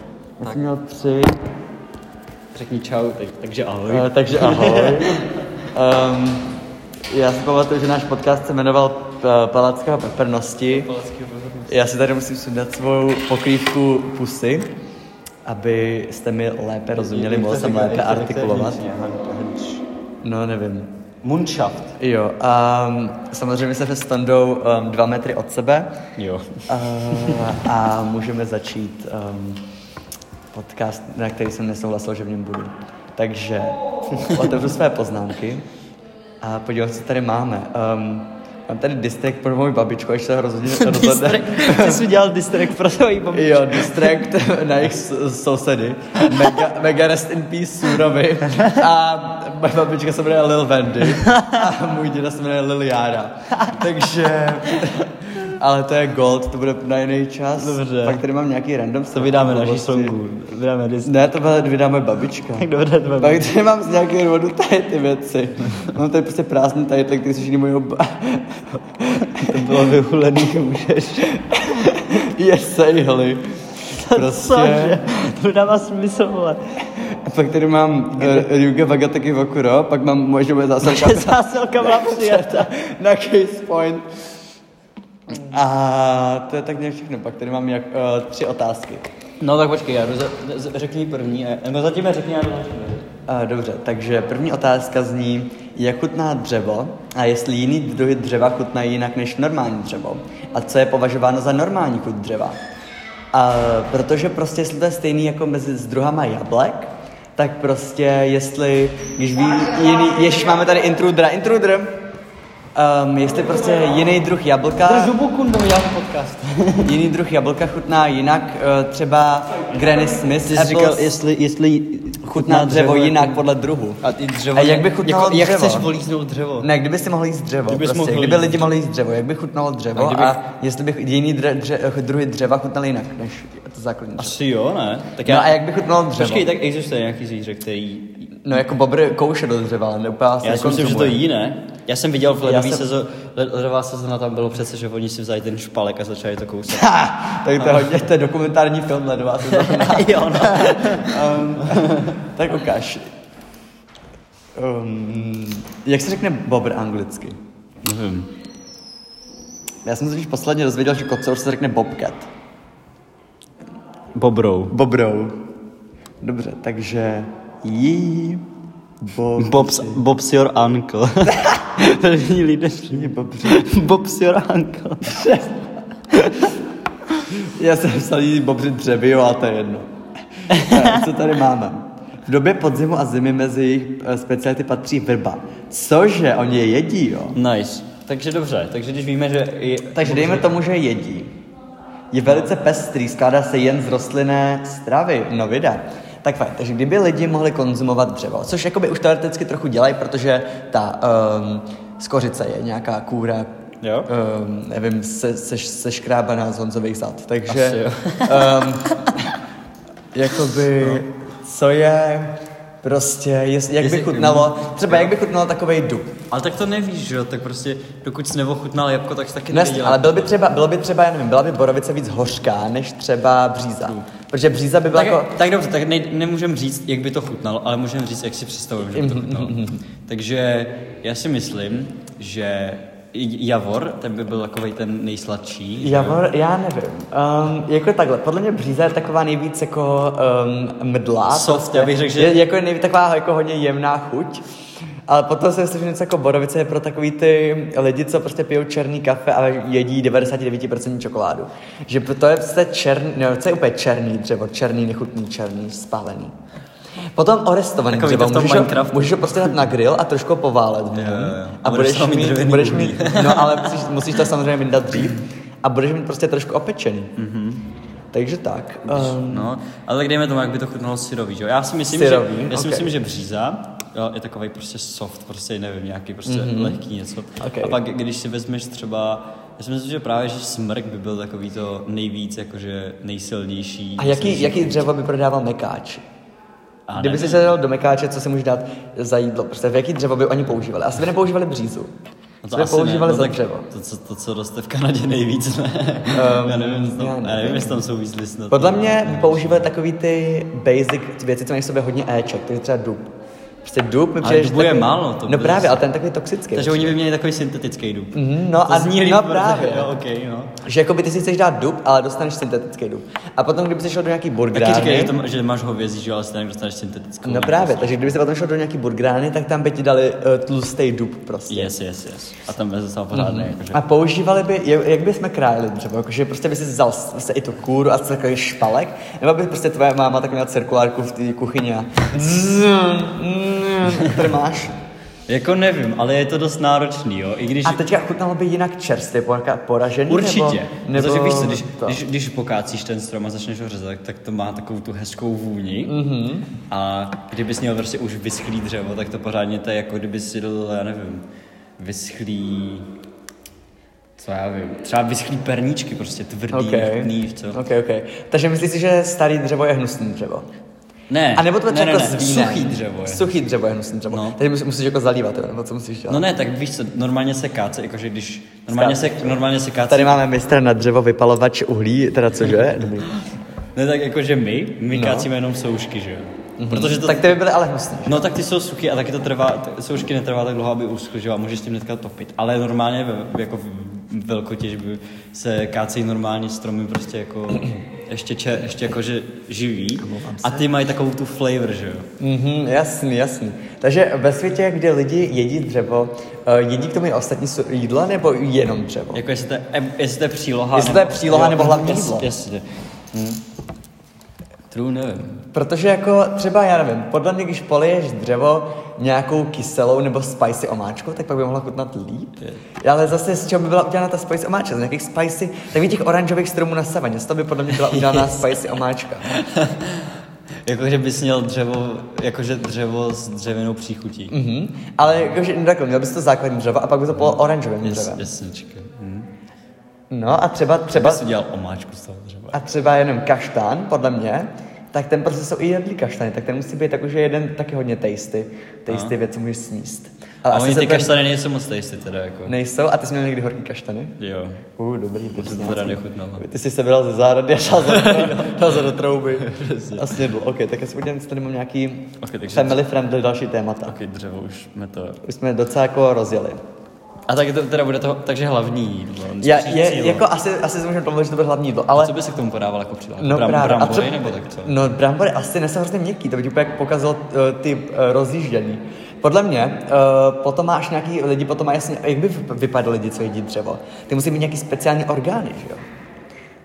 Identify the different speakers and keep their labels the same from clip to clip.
Speaker 1: Já
Speaker 2: Tak.
Speaker 1: jsem měl tři,
Speaker 2: Řekni čau, tak, takže ahoj.
Speaker 1: eh, takže ahoj. um, já si pamatuju, že náš podcast se jmenoval P- Palackého peprnosti. Já si tady musím sundat svou pokrývku pusy, abyste mi lépe rozuměli, mohl jsem lépe artikulovat. No, nevím.
Speaker 2: Munšaft.
Speaker 1: Jo, a mm, samozřejmě se standou um, dva metry od sebe
Speaker 2: Jo.
Speaker 1: a, Eh, a můžeme začít um, podcast, na který jsem nesouhlasil, že v něm budu. Takže otevřu své poznámky a podívám, co tady máme. Um, mám tady distrek pro moji babičku, až se rozhodně rozhodne.
Speaker 3: Ty jsi udělal distrek pro svoji babičku.
Speaker 1: Jo, distrakt na jejich s- sousedy. Mega, mega rest in peace Surovi. A moje babička se jmenuje Lil Wendy. A můj děda se jmenuje Lil Yara. Takže... Ale to je gold, to bude na jiný čas.
Speaker 3: Dobře.
Speaker 1: Pak tady mám nějaký random
Speaker 3: To vydáme
Speaker 2: Prostě-
Speaker 3: na
Speaker 1: blbosti.
Speaker 3: songu. Vydáme distrek.
Speaker 1: Ne, to bude- vydáme babička.
Speaker 3: Tak dobře, to bude.
Speaker 1: Pak tady mám z nějakého důvodu tady ty věci. Mám tady prostě prázdný tady, který se všichni mojou... Ba...
Speaker 3: To bylo vyhulený, můžeš.
Speaker 1: Yes, hli.
Speaker 3: Cože? To nedává smysl, vole.
Speaker 1: A pak tady mám uh, Ryuga Wagataki Wakuro, pak mám možná moje zásadka
Speaker 3: Že zásilka byla přijata.
Speaker 1: na Case Point. A to je tak nějak všechno, pak tady mám jak, uh, tři otázky.
Speaker 2: No tak počkej, já roze, z- řekni první, a- nebo zatím je řekni, já rozhodnu.
Speaker 1: Uh, dobře, takže první otázka zní, jak chutná dřevo a jestli jiný druhy dřeva chutnají jinak než normální dřevo. A co je považováno za normální chut dřeva? A protože prostě jestli to je stejný jako mezi s druhama jablek, tak prostě jestli, když ví jiný, jež máme tady intrudera, intruder, um, jestli prostě jiný druh jablka...
Speaker 2: Drž zubu, kundo, já podcast.
Speaker 1: Jiný druh jablka chutná jinak, eh, třeba Granny Smith
Speaker 3: Ty jsi
Speaker 1: apples
Speaker 3: říkal, jestli, jestli
Speaker 1: chutná dřevo jinak podle druhu.
Speaker 2: A ty dřevo...
Speaker 1: A jak by chutnalo
Speaker 2: jako, jak
Speaker 1: dřevo?
Speaker 2: chceš volíznout dřevo?
Speaker 1: Ne, kdyby si mohl jíst dřevo,
Speaker 2: Kdybys
Speaker 1: prostě,
Speaker 2: mohl
Speaker 1: kdyby
Speaker 2: jíst.
Speaker 1: lidi mohli jíst dřevo, jak by chutnalo dřevo a,
Speaker 2: kdybych-
Speaker 1: jestli by jiný dře, dře, eh, druhy dřeva chutnaly jinak než to základní dřevo.
Speaker 2: Asi jo, ne? Tak já...
Speaker 1: No a jak by chutnalo dřevo?
Speaker 2: Počkej, tak existuje nějaký zvíře, který...
Speaker 1: No jako bobr kouše do dřeva, ale neúplně asi jako
Speaker 2: Já si myslím, že to
Speaker 1: nekonzumuje.
Speaker 2: jí, ne? Já jsem viděl v ledový
Speaker 1: Já
Speaker 2: jsem...
Speaker 1: jsem-
Speaker 2: sezóně, ledová sezóna tam bylo přece, že oni si vzali ten špalek a začali to kousat.
Speaker 1: Ha, tak to je hodně, to je dokumentární film Ledová sezóna.
Speaker 2: jo, no.
Speaker 1: um, tak ukáž. Um, jak se řekne bobr anglicky?
Speaker 2: Nevím.
Speaker 1: Já jsem se když posledně dozvěděl, že kocour se řekne bobcat.
Speaker 2: Bobrou.
Speaker 1: Bobrou. Dobře, takže jí bo,
Speaker 3: Bob's, Bob's your uncle. První lidé
Speaker 1: jí bobři.
Speaker 3: Bob's your uncle.
Speaker 1: Já jsem psal jí bobři dřevy, jo, a to je jedno. Eh, Co tady máme? V době podzimu a zimy mezi jejich eh, speciality patří vrba. Cože, oni je jedí, jo?
Speaker 2: Nice. Takže dobře, takže když víme, že... Je...
Speaker 1: Takže dejme tomu, že je jedí. Je velice pestrý, skládá se jen z rostlinné stravy. No vida. Tak fajn, takže kdyby lidi mohli konzumovat dřevo, což jakoby už teoreticky trochu dělají, protože ta um, skořice je nějaká kůra,
Speaker 2: Jo.
Speaker 1: Um, nevím, se, se, seškrábaná z Honzových zad,
Speaker 2: Asi
Speaker 1: takže
Speaker 2: jo. No.
Speaker 1: um, jakoby, co je prostě, jest, jak
Speaker 2: Jestli-
Speaker 1: by chutnalo, třeba jak by chutnalo takovej dub,
Speaker 2: Ale tak to nevíš, že jo? Tak prostě, dokud jsi neochutnal jabko, tak jsi taky
Speaker 1: No jasně,
Speaker 2: nevěděl.
Speaker 1: ale byl by třeba, bylo by třeba, já nevím, byla by borovice víc hořká než třeba bříza. Protože bříza by byla
Speaker 2: Hm. Tak,
Speaker 1: jako...
Speaker 2: tak dobře, tak ne, nemůžeme říct, jak by to chutnalo, ale můžeme říct, jak si představuju, že by to chutnalo.
Speaker 3: Mm-hmm,
Speaker 2: Takže já si myslím, že j- Javor, ten by byl takový ten nejsladší. že jo?
Speaker 1: Javor, já nevím. Um, jako takhle, podle mě bříza je taková nejvíc jako um, mdlá.
Speaker 2: Soft, já bych řekl, že-
Speaker 1: Je, jako je nejvíc taková jako hodně jemná chuť. Ale potom si myslím, že něco jako borovice je pro takový ty lidi, co prostě pijou černý kafe a jedí 99% čokoládu. Že to je prostě černý, no, co je úplně černý dřevo, černý, nechutný, černý, spálený. Potom orestovaný
Speaker 2: Takový
Speaker 1: dřevo,
Speaker 2: to v tom
Speaker 1: můžeš ho,
Speaker 2: Minecraftu.
Speaker 1: můžeš ho prostě dát na grill a trošku poválet v něm.
Speaker 2: Jo, jo, jo.
Speaker 1: Hmm? A
Speaker 2: Eh, Budeš
Speaker 1: budeš
Speaker 2: tam mít
Speaker 1: mít,
Speaker 2: dřevěný
Speaker 1: budeš
Speaker 2: uhlí.
Speaker 1: mít, No ale musíš, musíš to samozřejmě vyndat dřív a budeš mít prostě trošku opečený. Mm-hmm.
Speaker 2: Mhm.
Speaker 1: Takže tak. Um,
Speaker 2: No, ale tak dejme tomu, jak by to chutnalo syrový, že jo? Já si myslím,
Speaker 1: Syrový,
Speaker 2: že, já si
Speaker 1: okej.
Speaker 2: myslím, že bříza jo, je takový prostě soft, prostě nevím, nějaký prostě
Speaker 1: Mhm.
Speaker 2: mm-hmm. lehký něco.
Speaker 1: Okej.
Speaker 2: A pak, když si vezmeš třeba, já si myslím, že právě, že smrk by byl takový to nejvíc, jakože nejsilnější.
Speaker 1: a jaký,
Speaker 2: nejsilnější.
Speaker 1: jaký dřevo by prodával mekáč?
Speaker 2: A
Speaker 1: Kdyby si
Speaker 2: nevím.
Speaker 1: se dal do mekáče, co si můžeš dát za jídlo? Prostě v jaký dřevo by oni používali? Asi by nepoužívali břízu.
Speaker 2: No
Speaker 1: jsme
Speaker 2: asi ne,
Speaker 1: používali
Speaker 2: no
Speaker 1: za
Speaker 2: tak
Speaker 1: dřevo.
Speaker 2: To, co, to, co roste v Kanadě nejvíc, ne?
Speaker 1: Ehm,
Speaker 2: já nevím, jestli
Speaker 1: já
Speaker 2: tam, já nevím,
Speaker 1: nevím.
Speaker 2: jestli tam jsou víc listnatý. no.
Speaker 1: Podle mě by používali takový ty basic věci, co mají v sobě hodně Eček, takže třeba dub. Prostě dub mi
Speaker 2: Ale
Speaker 1: přijde, že
Speaker 2: dubu je
Speaker 1: takový-
Speaker 2: málo,
Speaker 1: no
Speaker 2: to bude
Speaker 1: právě,
Speaker 2: zase-
Speaker 1: ale ten je takový toxický.
Speaker 2: Takže oni by měli takový syntetický dub.
Speaker 1: Mhm, no
Speaker 2: to
Speaker 1: a-
Speaker 2: zní líp,
Speaker 1: no
Speaker 2: protože-
Speaker 1: právě.
Speaker 2: Jo, okay, no.
Speaker 1: Že jakoby ty si chceš dát dub, ale dostaneš syntetický dub. A potom, kdyby se šel do nějaký
Speaker 2: Taky říkají,
Speaker 1: burgerárny,
Speaker 2: že, to, že máš hovězí, že jo, ale stejně dostaneš syntetickou.
Speaker 1: No právě, takže kdyby se potom šel do nějaký burgerárny, tak tam by ti dali uh, tlustý dub prostě.
Speaker 2: Yes, yes, yes. A tam je zase pořádné, jakože.
Speaker 1: Mhm. A používali by, jak, jak by jsme krájeli dřevo, jakože prostě by si vzal s- se i tu kůru a takový špalek, nebo by prostě tvoje máma tak měla cirkulárku v té kuchyni a trmáš.
Speaker 2: Jako nevím, ale je to dost náročný, jo. I když
Speaker 1: A teďka chutnalo by jinak čerstvě, po- jaká- poražený,
Speaker 2: Určitě.
Speaker 1: nebo,
Speaker 2: Protože
Speaker 1: nebo
Speaker 2: víš co, když,
Speaker 1: to.
Speaker 2: když, když pokácíš ten strom a začneš ho řezat, tak to má takovou tu hezkou vůni. Mm-hmm.
Speaker 1: Mhm.
Speaker 2: A kdybys měl prostě už vyschlý dřevo, tak to pořádně to je jako kdyby si dal, já nevím, vyschlý... Co já vím, třeba vyschlý perníčky, prostě tvrdý,
Speaker 1: Okay.
Speaker 2: okay. chutný, co?
Speaker 1: ok, ok. Takže myslíš si, že starý dřevo je hnusný dřevo?
Speaker 2: Ne,
Speaker 1: A nebo to
Speaker 2: ne, ne,
Speaker 1: třeba jako
Speaker 2: ne,
Speaker 1: s vínem.
Speaker 2: suchý dřevo je.
Speaker 1: Suchý dřevo je hnusný dřevo.
Speaker 2: No.
Speaker 1: Takže musí- musíš jako zalívat, jo, nebo co musíš dělat?
Speaker 2: No ne, tak víš co, normálně se káce, jakože když... Normálně se, normálně se káce...
Speaker 1: Tady máme mistra na dřevo vypalovač uhlí, teda cože? Dobrý.
Speaker 2: Ne, tak jakože my, my no. kácíme jenom soušky, že jo? Mm-hmm. Protože
Speaker 1: Mhm.
Speaker 2: to,
Speaker 1: Tak ty by byly ale hnusný.
Speaker 2: No tak ty jsou suchy a taky to trvá, t- soušky netrvá tak dlouho, aby uschly, že jo, a můžeš s tím hnedka topit. Ale normálně ve, jako v velkotěžby se kácejí normálně stromy prostě jako ještě, če, ještě jako že živý a ty mají takovou tu flavor, že jo.
Speaker 1: Mhm, jasný, jasný. Takže ve světě, kde lidi jedí dřevo, eh, jedí k tomu i ostatní su- jídla nebo jenom dřevo?
Speaker 2: Jako jestli to je, em- jestli to je příloha.
Speaker 1: No. Jestli to je příloha nebo hlavní
Speaker 2: jas-
Speaker 1: jídlo.
Speaker 2: Jasně. Hm. True, nevím.
Speaker 1: Protože jako třeba, já nevím, podle mě, když poliješ dřevo nějakou kyselou nebo spicy omáčkou, tak pak by mohla chutnat líp. Ale zase z čeho by byla udělána ta spicy omáčka? Z nějakých spicy, tak těch oranžových stromů na savaně, z toho by podle mě byla udělána spicy omáčka.
Speaker 2: Jako, že bys měl dřevo, jakože dřevo s dřevěnou příchutí.
Speaker 1: Mhm. Ale jakože, no takhle, měl bys to základní dřevo a pak by to bylo oranžovým
Speaker 2: Jas,
Speaker 1: dřevem.
Speaker 2: jasnička.
Speaker 1: Mhm.
Speaker 2: Hm.
Speaker 1: No a třeba, třeba,
Speaker 2: Bys udělal omáčku z toho dřeva.
Speaker 1: a třeba jenom kaštán, podle mě, tak ten prostě jsou i jedlý kaštany, tak ten musí být takže jeden taky hodně tasty, tasty věc, co můžeš sníst.
Speaker 2: A
Speaker 1: asi
Speaker 2: oni
Speaker 1: se
Speaker 2: ty
Speaker 1: ten-
Speaker 2: kaštany nejsou moc tasty teda jako.
Speaker 1: Nejsou, a ty jsi měl někdy horký kaštany?
Speaker 2: Jo.
Speaker 1: Uh, dobrý,
Speaker 2: To se to
Speaker 1: poznání.
Speaker 2: teda nechutnalo.
Speaker 1: Ty jsi se vydal ze zárady a šel za, šel za do trouby a snědl. Ok, tak já si udělám, jestli tady mám nějaký
Speaker 2: Ok, takže-
Speaker 1: family friendly další témata.
Speaker 2: Ok, dřevo už jsme to...
Speaker 1: Už jsme docela jako rozjeli.
Speaker 2: A tak to teda bude to, takže hlavní jídlo.
Speaker 1: Já,
Speaker 2: spíš
Speaker 1: je,
Speaker 2: cílo.
Speaker 1: jako asi, asi si můžeme domluvit, že to bude hlavní jídlo, ale...
Speaker 2: Co by se k tomu podával jako příloha?
Speaker 1: No
Speaker 2: Bram,
Speaker 1: právě.
Speaker 2: Brambory
Speaker 1: a co,
Speaker 2: nebo tak co?
Speaker 1: No brambory asi nesou hrozně měkký, to by ti úplně jak pokazil uh, ty uh, rozjíždění. Podle mě, uh, potom máš nějaký, lidi potom mají jasně, jak by vyp- vypadali lidi, co jedí dřevo? Ty musí mít nějaký speciální orgány, že jo?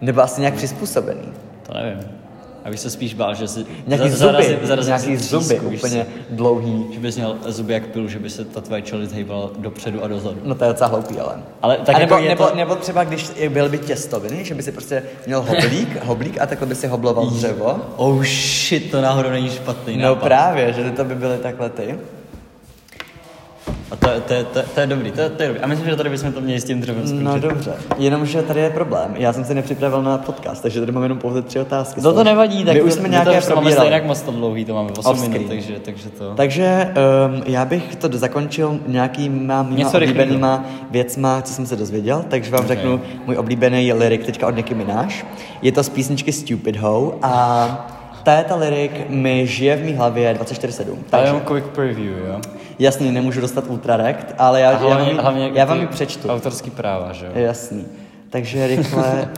Speaker 1: Nebo asi nějak přizpůsobený.
Speaker 2: To nevím. Abych se spíš bál, že si...
Speaker 1: Nějaký
Speaker 2: za-
Speaker 1: zuby,
Speaker 2: zarazím- zarazím
Speaker 1: nějaký
Speaker 2: si
Speaker 1: zuby,
Speaker 2: třísku, víš
Speaker 1: úplně
Speaker 2: co?
Speaker 1: dlouhý.
Speaker 2: Že bys měl zuby jak pilu, že by se ta tvoje čelist hejbala dopředu a dozadu.
Speaker 1: No to je docela hloupý, ale.
Speaker 2: Ale tak
Speaker 1: a nebo,
Speaker 2: jako je
Speaker 1: nebo,
Speaker 2: to-
Speaker 1: nebo, třeba, když byl by těstoviny, že by si prostě měl hoblík, hoblík a takhle by si hobloval dřevo.
Speaker 2: Oh shit, to náhodou není špatný
Speaker 1: No
Speaker 2: nápad.
Speaker 1: právě, že to by byly takhle ty.
Speaker 2: A to, je- to, je- to, je- to, je dobrý, to, je- to je dobrý. A myslím, že tady bychom to měli s tím dřevem skončit.
Speaker 1: No dobře, jenomže tady je problém. Já jsem se nepřipravil na podcast, takže tady mám jenom pouze tři otázky.
Speaker 2: No to nevadí, tak
Speaker 1: My
Speaker 2: to,
Speaker 1: už jsme
Speaker 2: my
Speaker 1: nějaké
Speaker 2: to už máme
Speaker 1: probírali.
Speaker 2: stejně moc to dlouhý, to máme 8 minut,
Speaker 1: Offscreen.
Speaker 2: takže, takže to...
Speaker 1: Takže um, já bych to zakončil nějakýma mýma
Speaker 2: Něco rychlýho.
Speaker 1: oblíbenýma věcma, co jsem se dozvěděl, takže vám okay. řeknu můj oblíbený lirik teďka od Nicki Minaj. Je to z písničky Stupid Ho a ta je ta lirik mi žije v mý hlavě 24-7.
Speaker 2: Já
Speaker 1: Takže
Speaker 2: jenom quick preview, jo?
Speaker 1: jasně, nemůžu dostat ultrarekt, ale já,
Speaker 2: A jako
Speaker 1: já, vám, ji- já vám ji
Speaker 2: ty
Speaker 1: přečtu.
Speaker 2: Autorský práva, že jo?
Speaker 1: Je Jasný. Takže rychle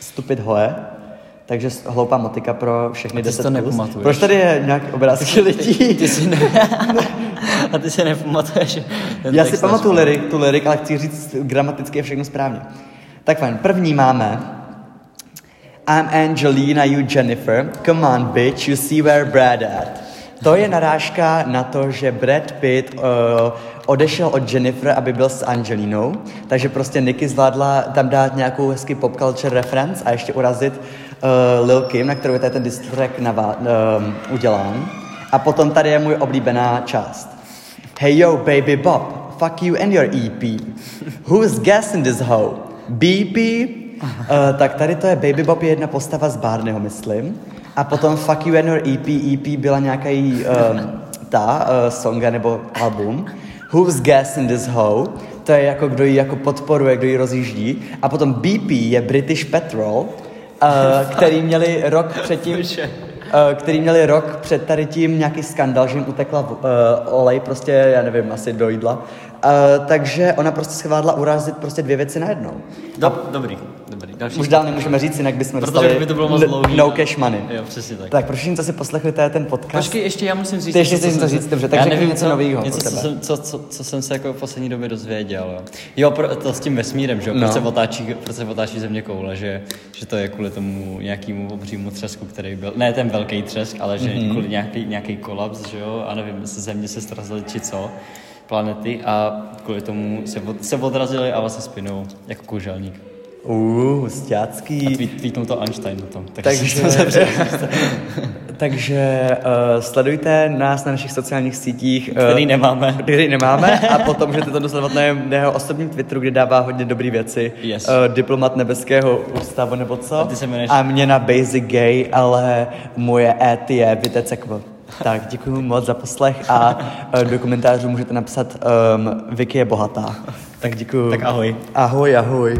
Speaker 1: stupid hoe. Takže s- hloupá motika pro všechny
Speaker 2: A ty si
Speaker 1: 10
Speaker 2: to
Speaker 1: plus.
Speaker 2: nepamatuješ.
Speaker 1: Proč tady je nějak obrázky lidí?
Speaker 2: Ty si ne... a ty si nepamatuješ ten
Speaker 1: Já si
Speaker 2: text
Speaker 1: pamatuju
Speaker 2: na-
Speaker 1: lirik, tu lirik, ale chci říct gramaticky je všechno správně. Tak fajn, první máme I'm Angelina, you Jennifer. Come on, bitch, you see where Brad at. To je narážka na to, že Brad Pitt uh, odešel od Jennifer, aby byl s Angelinou, takže prostě Nicky zvládla tam dát nějakou hezky pop culture reference a ještě urazit uh, Lil Kim, na kterou je tady ten diss track navá- uh, udělán. A potom tady je můj oblíbená část. Hey yo, baby Bob, fuck you and your EP. Who's gassing this hoe? BP? Uh, tak tady to je Baby Bob je jedna postava z Barneyho, myslím. A potom Fuck You and Your E EP, EP byla nějaká ehm, eh, její um, ta uh, songa nebo album. Who's gassing this hoe? to je jako kdo ji jako podporuje, kdo ji rozjíždí. A potom BP je British Petrol, eh, který měli rok předtím, eh, který měli rok před tady tím nějaký skandal, že jim utekla uh, olej prostě, já nevím, asi do jídla. Eh, takže ona prostě schvádla urazit prostě dvě věci najednou.
Speaker 2: Dob, dobrý, dobrý. Další.
Speaker 1: Už dál nemůžeme říct, jinak bychom
Speaker 2: No. Protože
Speaker 1: dostali
Speaker 2: by to bylo moc
Speaker 1: n-
Speaker 2: dlouhý.
Speaker 1: no cash money.
Speaker 2: Jo, přesně tak.
Speaker 1: Tak prosím, co si poslechli, to je ten podcast.
Speaker 2: Počkej, ještě já musím říct.
Speaker 1: Ty ještě
Speaker 2: něco,
Speaker 1: chceš
Speaker 2: co
Speaker 1: něco
Speaker 2: jsem
Speaker 1: říct,
Speaker 2: se-
Speaker 1: dobře, tak
Speaker 2: Já
Speaker 1: řekni
Speaker 2: nevím,
Speaker 1: něco
Speaker 2: co-
Speaker 1: novýho
Speaker 2: Něco,
Speaker 1: od
Speaker 2: co
Speaker 1: tebe.
Speaker 2: jsem, co, co, co, jsem se jako v poslední době dozvěděl. Jo, jo pro, to s tím vesmírem, že jo,
Speaker 1: No.
Speaker 2: proč, se otáčí, proč se otáčí země koule, že, že to je kvůli tomu nějakému obřímu třesku, který byl, ne ten velký třesk, ale že
Speaker 1: Mhm.
Speaker 2: mm-hmm. kvůli nějaký, nějaký kolaps, že jo, a nevím, se země se ztrazily či co, planety a kvůli tomu se, od, se odrazily a vlastně spinou jako kouzelník.
Speaker 1: Uh,
Speaker 2: A
Speaker 1: stěácký.
Speaker 2: tweet, tweetnul to Einstein potom. Tak
Speaker 1: Takže, takže uh, sledujte nás na našich sociálních sítích, eh,
Speaker 2: který nemáme.
Speaker 1: který nemáme, a potom můžete to dosledovat na jeho- na jeho osobním Twitteru, kde dává hodně dobrý věci.
Speaker 2: Yes.
Speaker 1: Eh, diplomat nebeského ústavu nebo co. A,
Speaker 2: ty se jmenuješ-
Speaker 1: a mě na Basic Gay, ale moje et je Vitecekvo. Tak děkuji moc za poslech a eh, do ehm, komentářů můžete napsat um, Vicky je bohatá. Tak děkuji.
Speaker 2: Tak ahoj.
Speaker 1: Ahoj, ahoj.